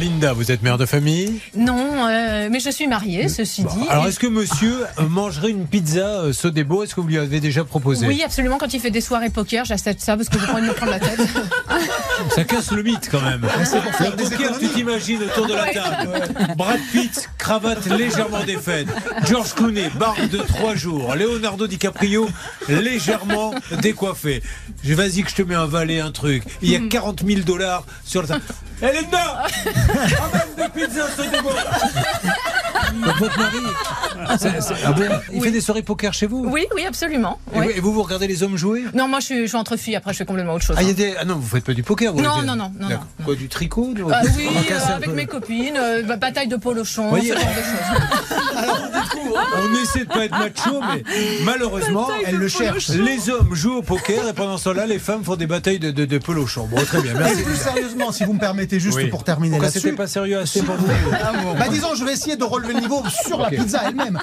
Linda, vous êtes mère de famille Non, euh, mais je suis mariée, ceci Bon, dit. Bah, Alors, Et- est-ce que monsieur euh, mangerait une pizza euh, Sodebo Est-ce que vous lui avez déjà proposé Oui, absolument. Quand il fait des soirées poker, j'accepte ça parce que j'ai pas envie de me prendre la tête. Ça casse le mythe quand même. Le poker, tu t'imagines autour de la table. Brad Pitt, cravate légèrement défaite. George Clooney, barbe de trois jours. Leonardo DiCaprio, légèrement décoiffé. Je- Vas-y que je te mets un valet, un truc. Il y a 40 000 dollars sur la table. Hé Linda Amène des pizzas, c'est des bons. Donc, votre mari, c'est- c'est- ah bon, il fait des soirées poker chez vous Oui, oui, absolument. Et oui. vous- Et vous, vous regardez les hommes jouer Non, moi je suis, je suis entre filles, après je fais complètement autre chose. ah, il y a des... ah non, vous faites pas du poker vous Non, les- non, non, non, D'accord. non. Quoi, du tricot du- Ah oui, On euh, casse un avec peu. mes copines, euh, bah, bataille de polochon, Voyez. ce genre de choses. hein. On essaie de pas être macho, mais malheureusement, elle le cherche. Les hommes jouent au poker et pendant cela, les femmes font des batailles de, de, de pelochon. Bon, très bien, Et merci. plus sérieusement, si vous me permettez juste Bah, Oui. pour terminer Ah, Pourquoi c'était là-dessus. pas sérieux assez pour vous Bah disons, je vais essayer de relever le niveau sur la pizza elle-même.